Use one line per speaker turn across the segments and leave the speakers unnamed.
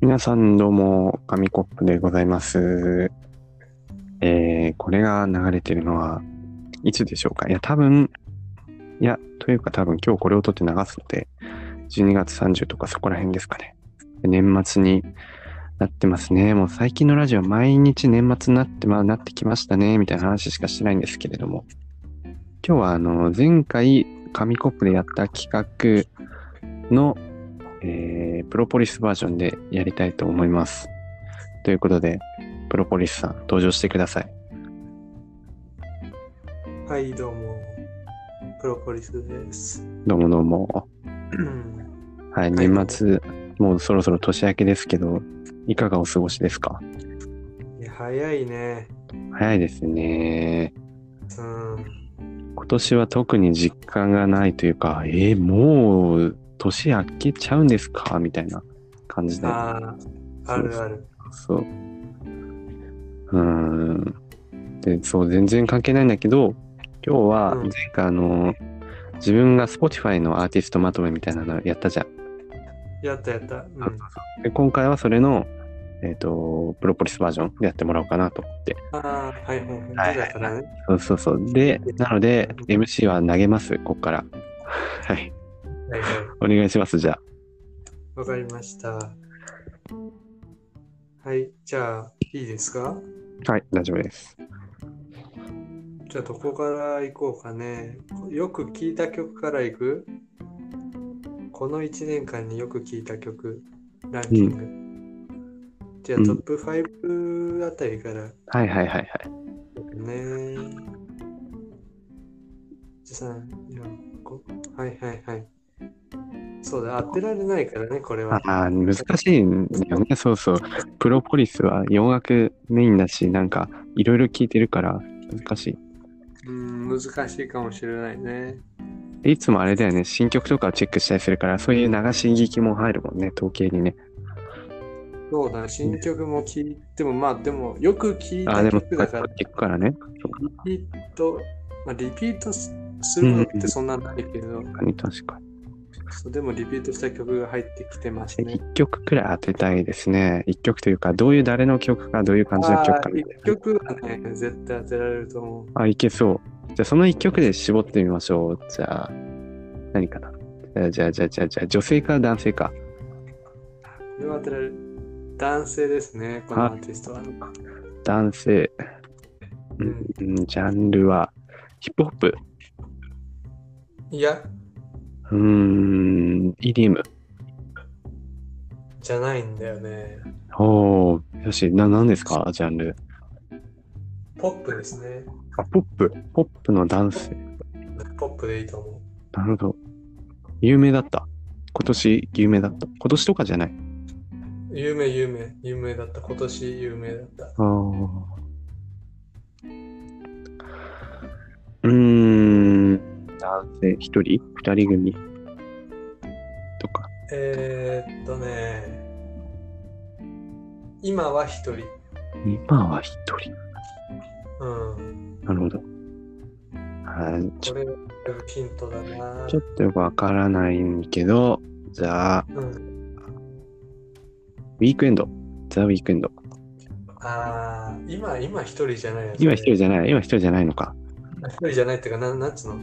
皆さんどうも、紙コップでございます。えー、これが流れてるのは、いつでしょうかいや、多分、いや、というか多分今日これを撮って流すので、12月30とかそこら辺ですかね。年末になってますね。もう最近のラジオ毎日年末になって、まあなってきましたね、みたいな話しかしてないんですけれども。今日はあの、前回紙コップでやった企画の、えープロポリスバージョンでやりたいと思います。ということで、プロポリスさん登場してください。
はい、どうも。プロポリスです。
どうもどうも。
うん
はい、
はい
年末、もうそろそろ年明けですけど、いかがお過ごしですか
いや早いね。
早いですね。
うん。
今年は特に実感がないというか、えーもう年明けちゃうんですかみたいな感じで。
ああ、あるある。
そう。うーん。で、そう、全然関係ないんだけど、今日は、
うん
前回あの、自分が Spotify のアーティストまとめみたいなのやったじゃん。
やったやった。うん。
で今回はそれの、えっ、と、プロポリスバージョンでやってもらおうかなと思って。
ああー、はいはい
は
はいい。そうだからね。
そうそうそう。で、なので、
うん
MC は投げます、こっから。はい。
はいはい。
お願いします、じゃあ。
わかりました。はい、じゃあ、いいですか
はい、大丈夫です。
じゃあ、どこから行こうかね。よく聴いた曲から行くこの1年間によく聴いた曲、ランキング。じゃあ、
うん
トップ5あたりから
はいはいはいはい。
ね。3、4、5。はいはいはい。そうだ、当てられないからね、これは。
ああ、難しいんだよね。そうそう。プロポリスは洋楽メインだし、なんかいろいろ聞いてるから難し
うん、難しいかもしれないね。
い。いつもあれだよね、新曲とかチェックしたりするから、そういう流し聞きも入るもんね、統計にね。
そうだ、新曲も聴いても、まあでも、よく聴い
ああ、で
た
も、
曲だから、
聞くからね。そう
リピート、まあ、リピートすするのってそんなないけど、
確かに確かに。
そうでもリピートした曲が入ってきてますね。
1曲くらい当てたいですね。1曲というか、どういう誰の曲か、どういう感じの曲かみたい
あー一
な。
曲はね、絶対当てられると思う。
あ、いけそう。じゃあ、その1曲で絞ってみましょう。じゃあ、何かな。じゃあ、じゃあ、じゃあ、じゃあ、じゃあ女性か男性か。
これは当てられる。男性ですね、このアーティストは。
男性、うんうん、ジャンルはヒップホップ
いや、
うーん EDM
じゃないんだよね。
おおよしな何ですかジャンル
ポップですね。
あポップポップの男性
ポップでいいと思う。
なるほど有名だった今年有名だった今年とかじゃない
有名、有名、有名だった。今年有名だった。
ああうーん男性一人二人組とか
えー、っとね、今は一人。
今は一人
うん。
なるほどあーちょ
これ、ヒントだな。
ちょっとわからないけど、じゃあ、
うん、
ウィークエンド。ザ・ウィークエンド。
ああ、今、今一人じゃないよね
今一人じゃない、今一人じゃないのか。
一人じゃないっていうか、なんなんつうの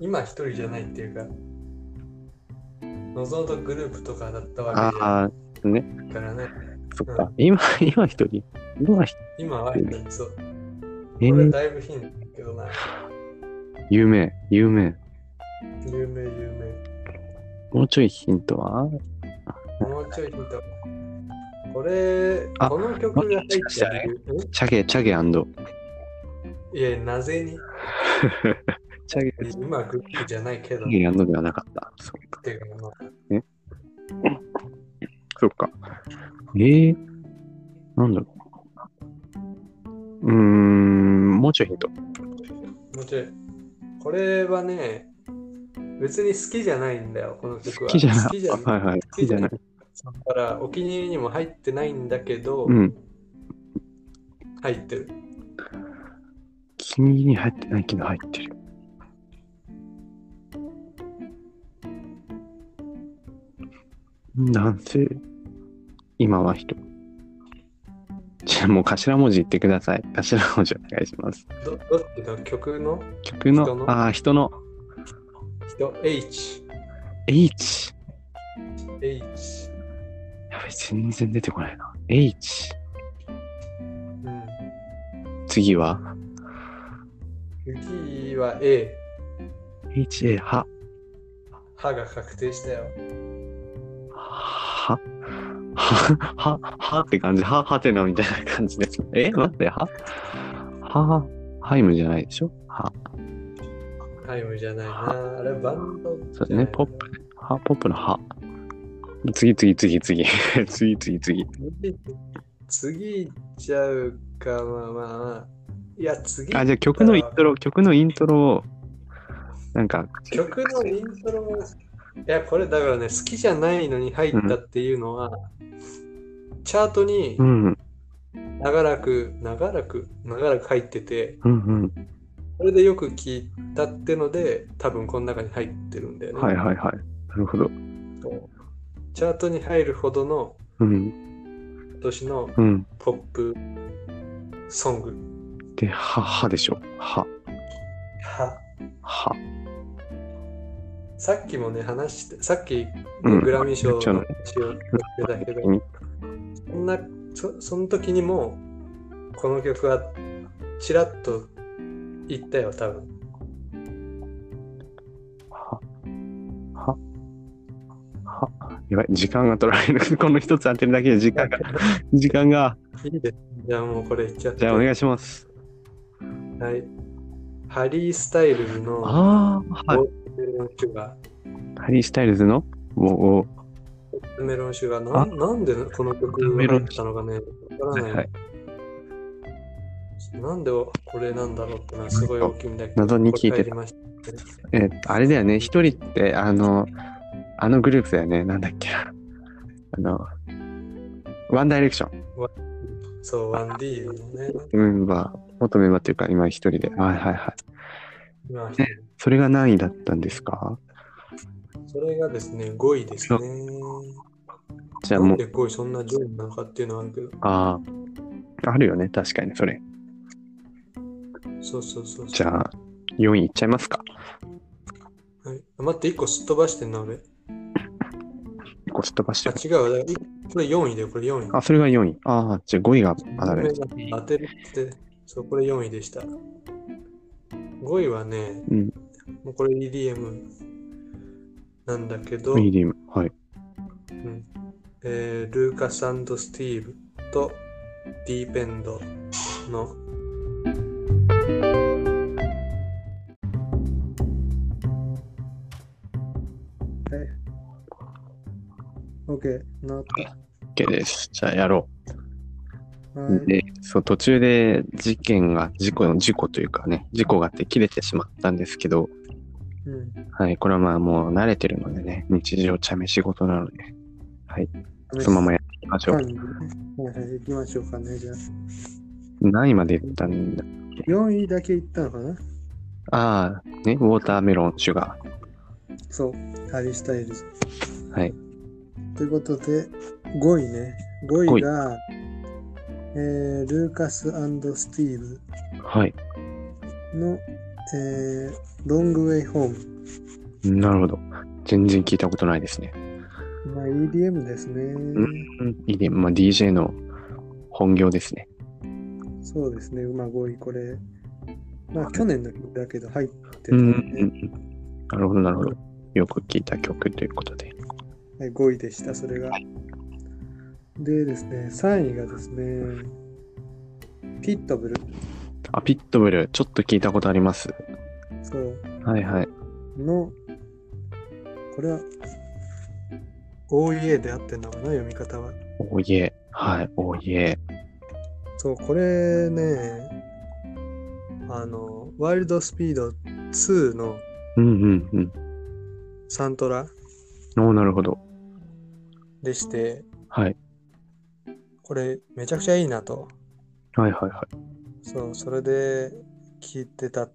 今一人じゃないっていうか、望んだグループとかだったわけじゃ
ああ、
ないからね。
そっか。今、今一人。今一人。
今は一人、そう。
え
これ
ー、
だいぶヒントだけどな。
有名、有名。
有名、有
もうちょいヒントは
名。もうちょいヒント。これ、
あ
この曲が入って
もしかしたら
る。
チャゲ、チャゲ
んいや、なぜに
チャゲ、チ
今グループじゃないけど。
ャゲではなかった。そっか。
っていうかまあ
そっか。えー、なんだろう。うーん、もうちょいヒント。
もうちょい。これはね、別に好きじゃないんだよ、この曲
好
は。
きじゃない。
好きじゃない。
はいはい。好きじゃない。
だからお気に入りにも入ってないんだけど、
うん。
入ってる。
君に入ってないけど入ってる。男性。今は人。じゃあもう頭文字言ってください。頭文字お願いします。
どどっちだ曲の
曲の、
人の
ああ、人の
人 H。
H。
H。
やべ、全然出てこないな。H。
うん。
次は
次は A。
?H、A、は。
歯が確定したよ。
は は、は、はって感じ。は、はてなみたいな感じです。 え、待って、はは、ハイムじゃないでしょは、
タイムじゃないな。あれ、バンド。
そうですね、ポップ。は、ポップのは。次、次、次、次。 次、次、次。
次行っちゃうか、まあまあまあ。いや、次。
あ、じゃあ曲のイントロ、曲のイントロを、なんか、
曲のイントロも。いや、これだからね、好きじゃないのに入ったっていうのは、チャートに
うん、うん、
長らく、長らく、長らく入ってて、
うん。
それでよく聞いたってので、多分この中に入ってるんだよね。
はいはいはい。なるほど。
そうチャートに入るほどの
うん、
今年の
うん。
ポップソング。
で、は、はでしょ。は、
は
は。
さっきもね、話して、さっき
うん
グラミー賞の話
言
を
っち
してたけど、
うん
そんなそ、その時にも、この曲はちらっと言ったよ、多分。
は、は、は、やばい、時間が取られる。 この一つ当てるだけで時間が、時間が。
いいですじゃあもうこれいっちゃって。
じゃあお願いします。
はい。ハリー・スタイルズのボ
ああ、はい。
ートメロンシュガー。
ハリー・スタイルズの、も
メロンシュガーなんなんでこの曲が入ったのかね、わ
う、
か
は
らないい。
はい。
なんでこれなんだろうってのはすごい大きいんだけど、
謎に聞いてた
これ入りまし
えっと、あれだよね、一人って、あの、あのグループだよね、なんだっけな。あの、ワンダイレクション。
そう、1D のね。
メンバー、元メンバーっていうか、今一人で。はいはいはい。
まあ
それが何位だったんですか
それがですね、5位ですね。
じゃあ
な
も
ん
う、
で5位そんな上位なのかっていうのはあるけど、
ああ、あるよね、確かに、それ。
そうそうそうそう。
じゃあ、4位いっちゃいますか。
はい、待って、1個すっ飛ばしてんな、俺。
一個すっ飛ばして
あ、
る。
違うわ。だからいこれ4位だよ、これ4位。
あ、それが4位。ああ、じゃあ5位があ
ご
だ
めん
ね
な。さい当てるって、そう、これ4位でした。5位はね、
うん
もうこれ EDM なんだけど、
ミディム。はい。
うんえールーカススティーブとディーペンドのオッケー、なっ
OK です。じゃあやろ
た。
う。で、そう、途中で事件が、事故の、事故というかね、事故があって切れてしまったんですけど、
うん、
はい、これはまあもう慣れてるのでね、日常茶飯事なので、そのままやっていきましょ
は
う。
いはいはい、行きましょうかね。じゃあ、
何位までいったんだ
4位だけ行ったのかな
ああ、ね、ウォーターメロン、シュガ
そう、ハリー・スタイルズ。
ー。はい。
ということで、5位ね。5位が、えールーカススティーブ
はい。
の、えーロングウェイホーム。
なるほど。全然聞いたことないですね。
まあ、EDM ですね。
うん、いいね。まあ DJ の本業ですね。
そうですね、まあ5位、これ。まあ、去年の曲だけど入って
う
た
ん
ね、
うんうんなるほど、なるほど。よく聞いた曲ということで。
はい5位でした、それが。でですね、3位がですね、ピットブル。
あ、ピットブル、ちょっと聞いたことあります。
そう。
はいはい。
の、これは、OEA であってんだもんな、読み方は。
おいえ。はい、おいえ。
そう、これね、あの、ワイルドスピード2の
うんうんうん。
サントラ
おーなるほど。
でして、
はい。
これめちゃくちゃいいなと。
はいはいはい。
そう、それで聞いてた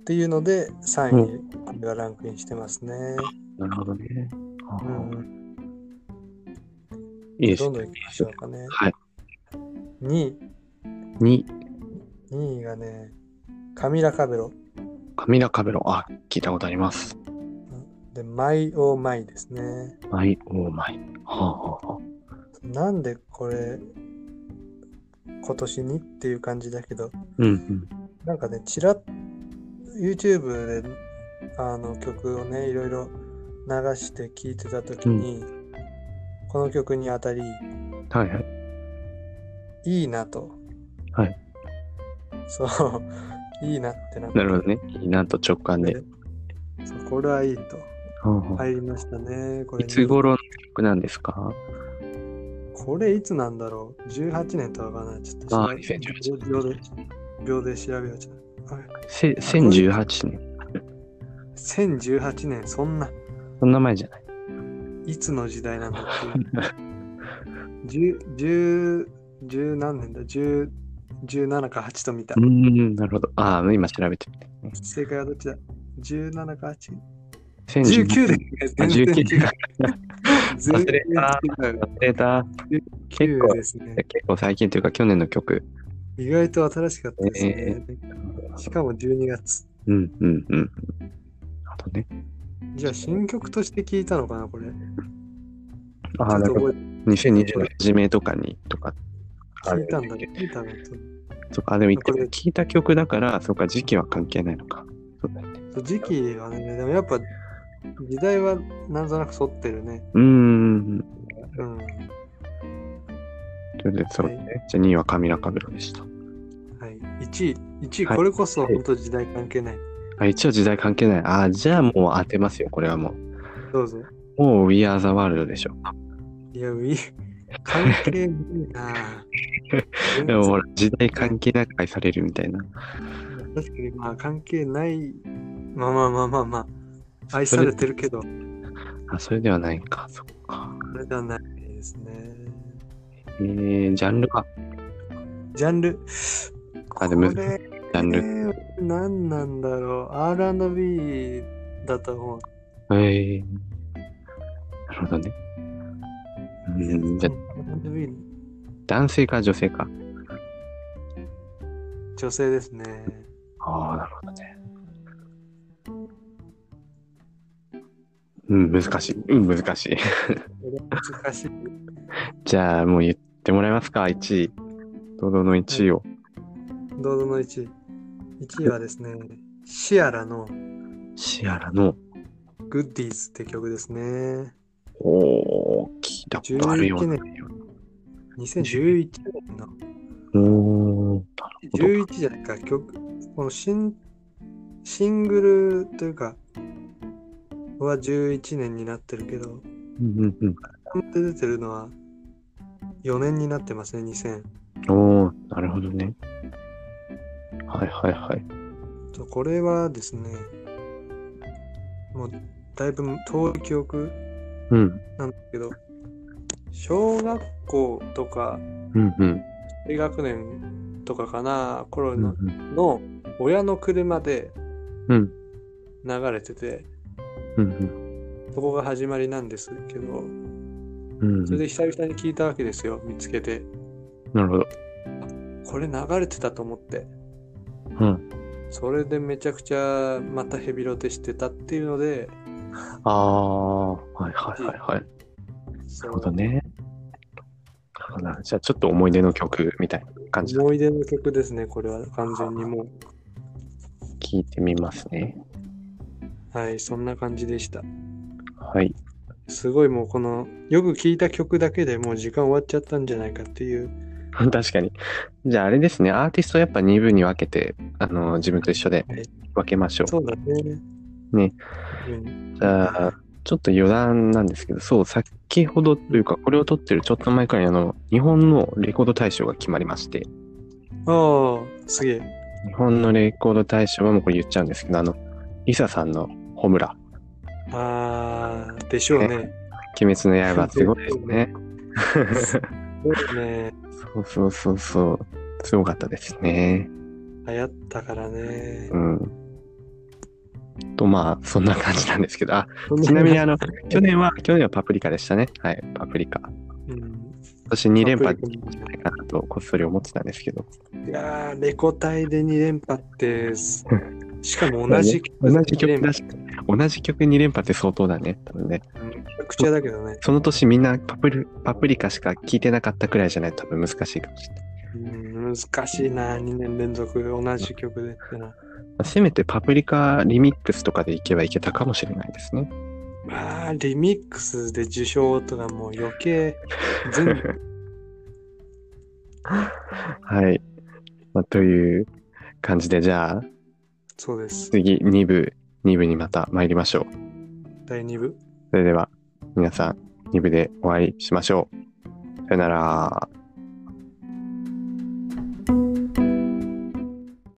っていうので、3位がランクインしてますね。
なるほどね。あ
う
ー
ん
いいです
どん
ね。
どん行きましょうかね。
はい。
2位、
2、
2位がね、カミラ・カベロ。
カミラ・カベロ。あ、聞いたことあります。
で、マイ・オー・マイですね。
マイ・オー・マイ。はあ、はあは
なんでこれ、今年にっていう感じだけど、
あ、うん
なんかね、ちらっ YouTube であの曲をね、いろいろ流して聴いてた時に、この曲にあたり、
うん。はいはい。
いいなと。
はい。
そう、 いいなってなって
なるほどね。いいなと直感で。
そうこれはいいと
はあはあ
入りましたね。これ
い
に
つ頃の曲なんですか
これいつなんだろう ?18 年とはわからない。ちょっと
ああ
調べ
2018
秒で、秒で調べようじゃあれ
せ ?1018 年。
1018年、そんな、
そんな前じゃない。
いつの時代なんだっ ていう。10、10、10何年だ ?10、17か8と見た
う。ん、なるほど。ああ、今調べてみて。
正解はどっちだ ?17 か 8?
19
19
年。
年。全然違う。全
忘
然
れた
違う。
忘れた。結
9
構、
ですね。
結構最近というか去年の曲。
意外と新しかったですね。しかも12月。
うんうんうん。あとね。
じゃあ新曲として聞いたのかな、これ。
ああ、なる
ちょっ
ほど。
と覚え
2020の初めとかに、とか。
て聞いたんだね。聞いたのと。
そうか、あでも言って
これ
聞いた曲だから、そうか、時期は関係ないのか。そうだよね。
そう時期はね、でもやっぱ時代はなんとなく沿ってるね。
うーん。
うん。は
ということで、そうね。じゃあ2位はカミラ・カベロでした。
い。1位、1位、
はい
これこそ本当時代関係ない。
あ、一応時代関係ない。あ、じゃあもう当てますよ、これはもう。
どうぞ。
もう We Are the World でしょ。
い や、ウィ関係ないな 全
でもほ
然
ら、時代関係なく愛されるみたいな。
確かに、まあ関係ない。まあまあまあまあまあ。愛されてるけど、あ
あ、それではないか。そっか。
れではないですね。
えー、ジャンルは、
ジャンル。
あでも
これ
ジャンル。
何なんだろう ?R&B だと思う。
えー、なるほどね。うん、じゃあ
R&B
男性か女性か。
女性ですね。
ああ、なるほどね。うん、難しい。うん、難しい。
難しい。
じゃあ、もう言ってもらえますか、1位。堂々の1位を。
堂々の1位。1位はですね、シアラの
シアラの、
グッディーズって曲ですね。
おー、聞いたことあるような。
2011年の、
おー、なるほど。
11じゃないか、曲、この新シングルというか、は11年になってるけど、
うんうん
で出てるのは4年になってますね、2000。
うん。おー、なるほどね。はいはいはい。
とこれはですね、もうだいぶ遠い記憶
うん、
なんだけど、小学校とか
うんうん。
低学年とかかな、頃
うんう
の,、
ん
の親の車で
うん
流れてて、
うん
そこが始まりなんですけど、
うん。
それで久々に聞いたわけですよ、見つけて。
なるほど。
これ流れてたと思って。
うん。
それでめちゃくちゃまたヘビロテしてたっていうので、
ああ、はいはいはいはい。
そ
なるほ
う
どね。そうなんじゃあちょっと思い出の曲みたいな感じで
思い出の曲ですね、これは完全にも
聞いてみますね。
う。はい、そんな感じでした。
はい。
すごいもうこの、よく聴いた曲だけでもう時間終わっちゃったんじゃないかっていう。
確かに。じゃああれですね、アーティストやっぱ2部に分けて、あの、自分と一緒で
はい
分けましょ
そうだね。
ね
うん。
う。じゃあ、ちょっと余談なんですけど、そう、先ほどというか、これを撮ってるちょっと前くらいに、あの、日本のレコード大賞が決まりまして、
ああ、すげえ。
日本のレコード大賞はもうこれ言っちゃうんですけど、あの、リサさんのホムラ、
ああ、でしょう ね。
鬼滅の刃、すごいですね。
そうだね。
そうそうそうそう。すごかったですね。
流行ったからね
う。ん。と、まあ、そんな感じなんですけど。あ、ちなみに、あの、去年は、去年はパプリカでしたね。はい、パプリカ。
うん、
私2連覇できるんじゃないかなと、こっそり思ってたんですけど。
いやー、レコ大で2連覇って、すしかも同じ曲
同じ曲だ
め
し、同じ曲2連覇って相当だね。多分ね。
ちゃくちゃだけどね。
その年みんなパプリパプリカしか聴いてなかったくらいじゃないと多分難しいかもしれない。
うん、難しいな、2年連続同じ曲でってな。
まあせめてパプリカリミックスとかでいけばいけたかもしれないですね。
まあ、リミックスで受賞とかもう余計、全部
はい。まあ、という感じで、じゃあ
そうです。
次2部、2部にまた参りましょう。
第2部。
それでは皆さん2部でお会いしましょう。さよなら。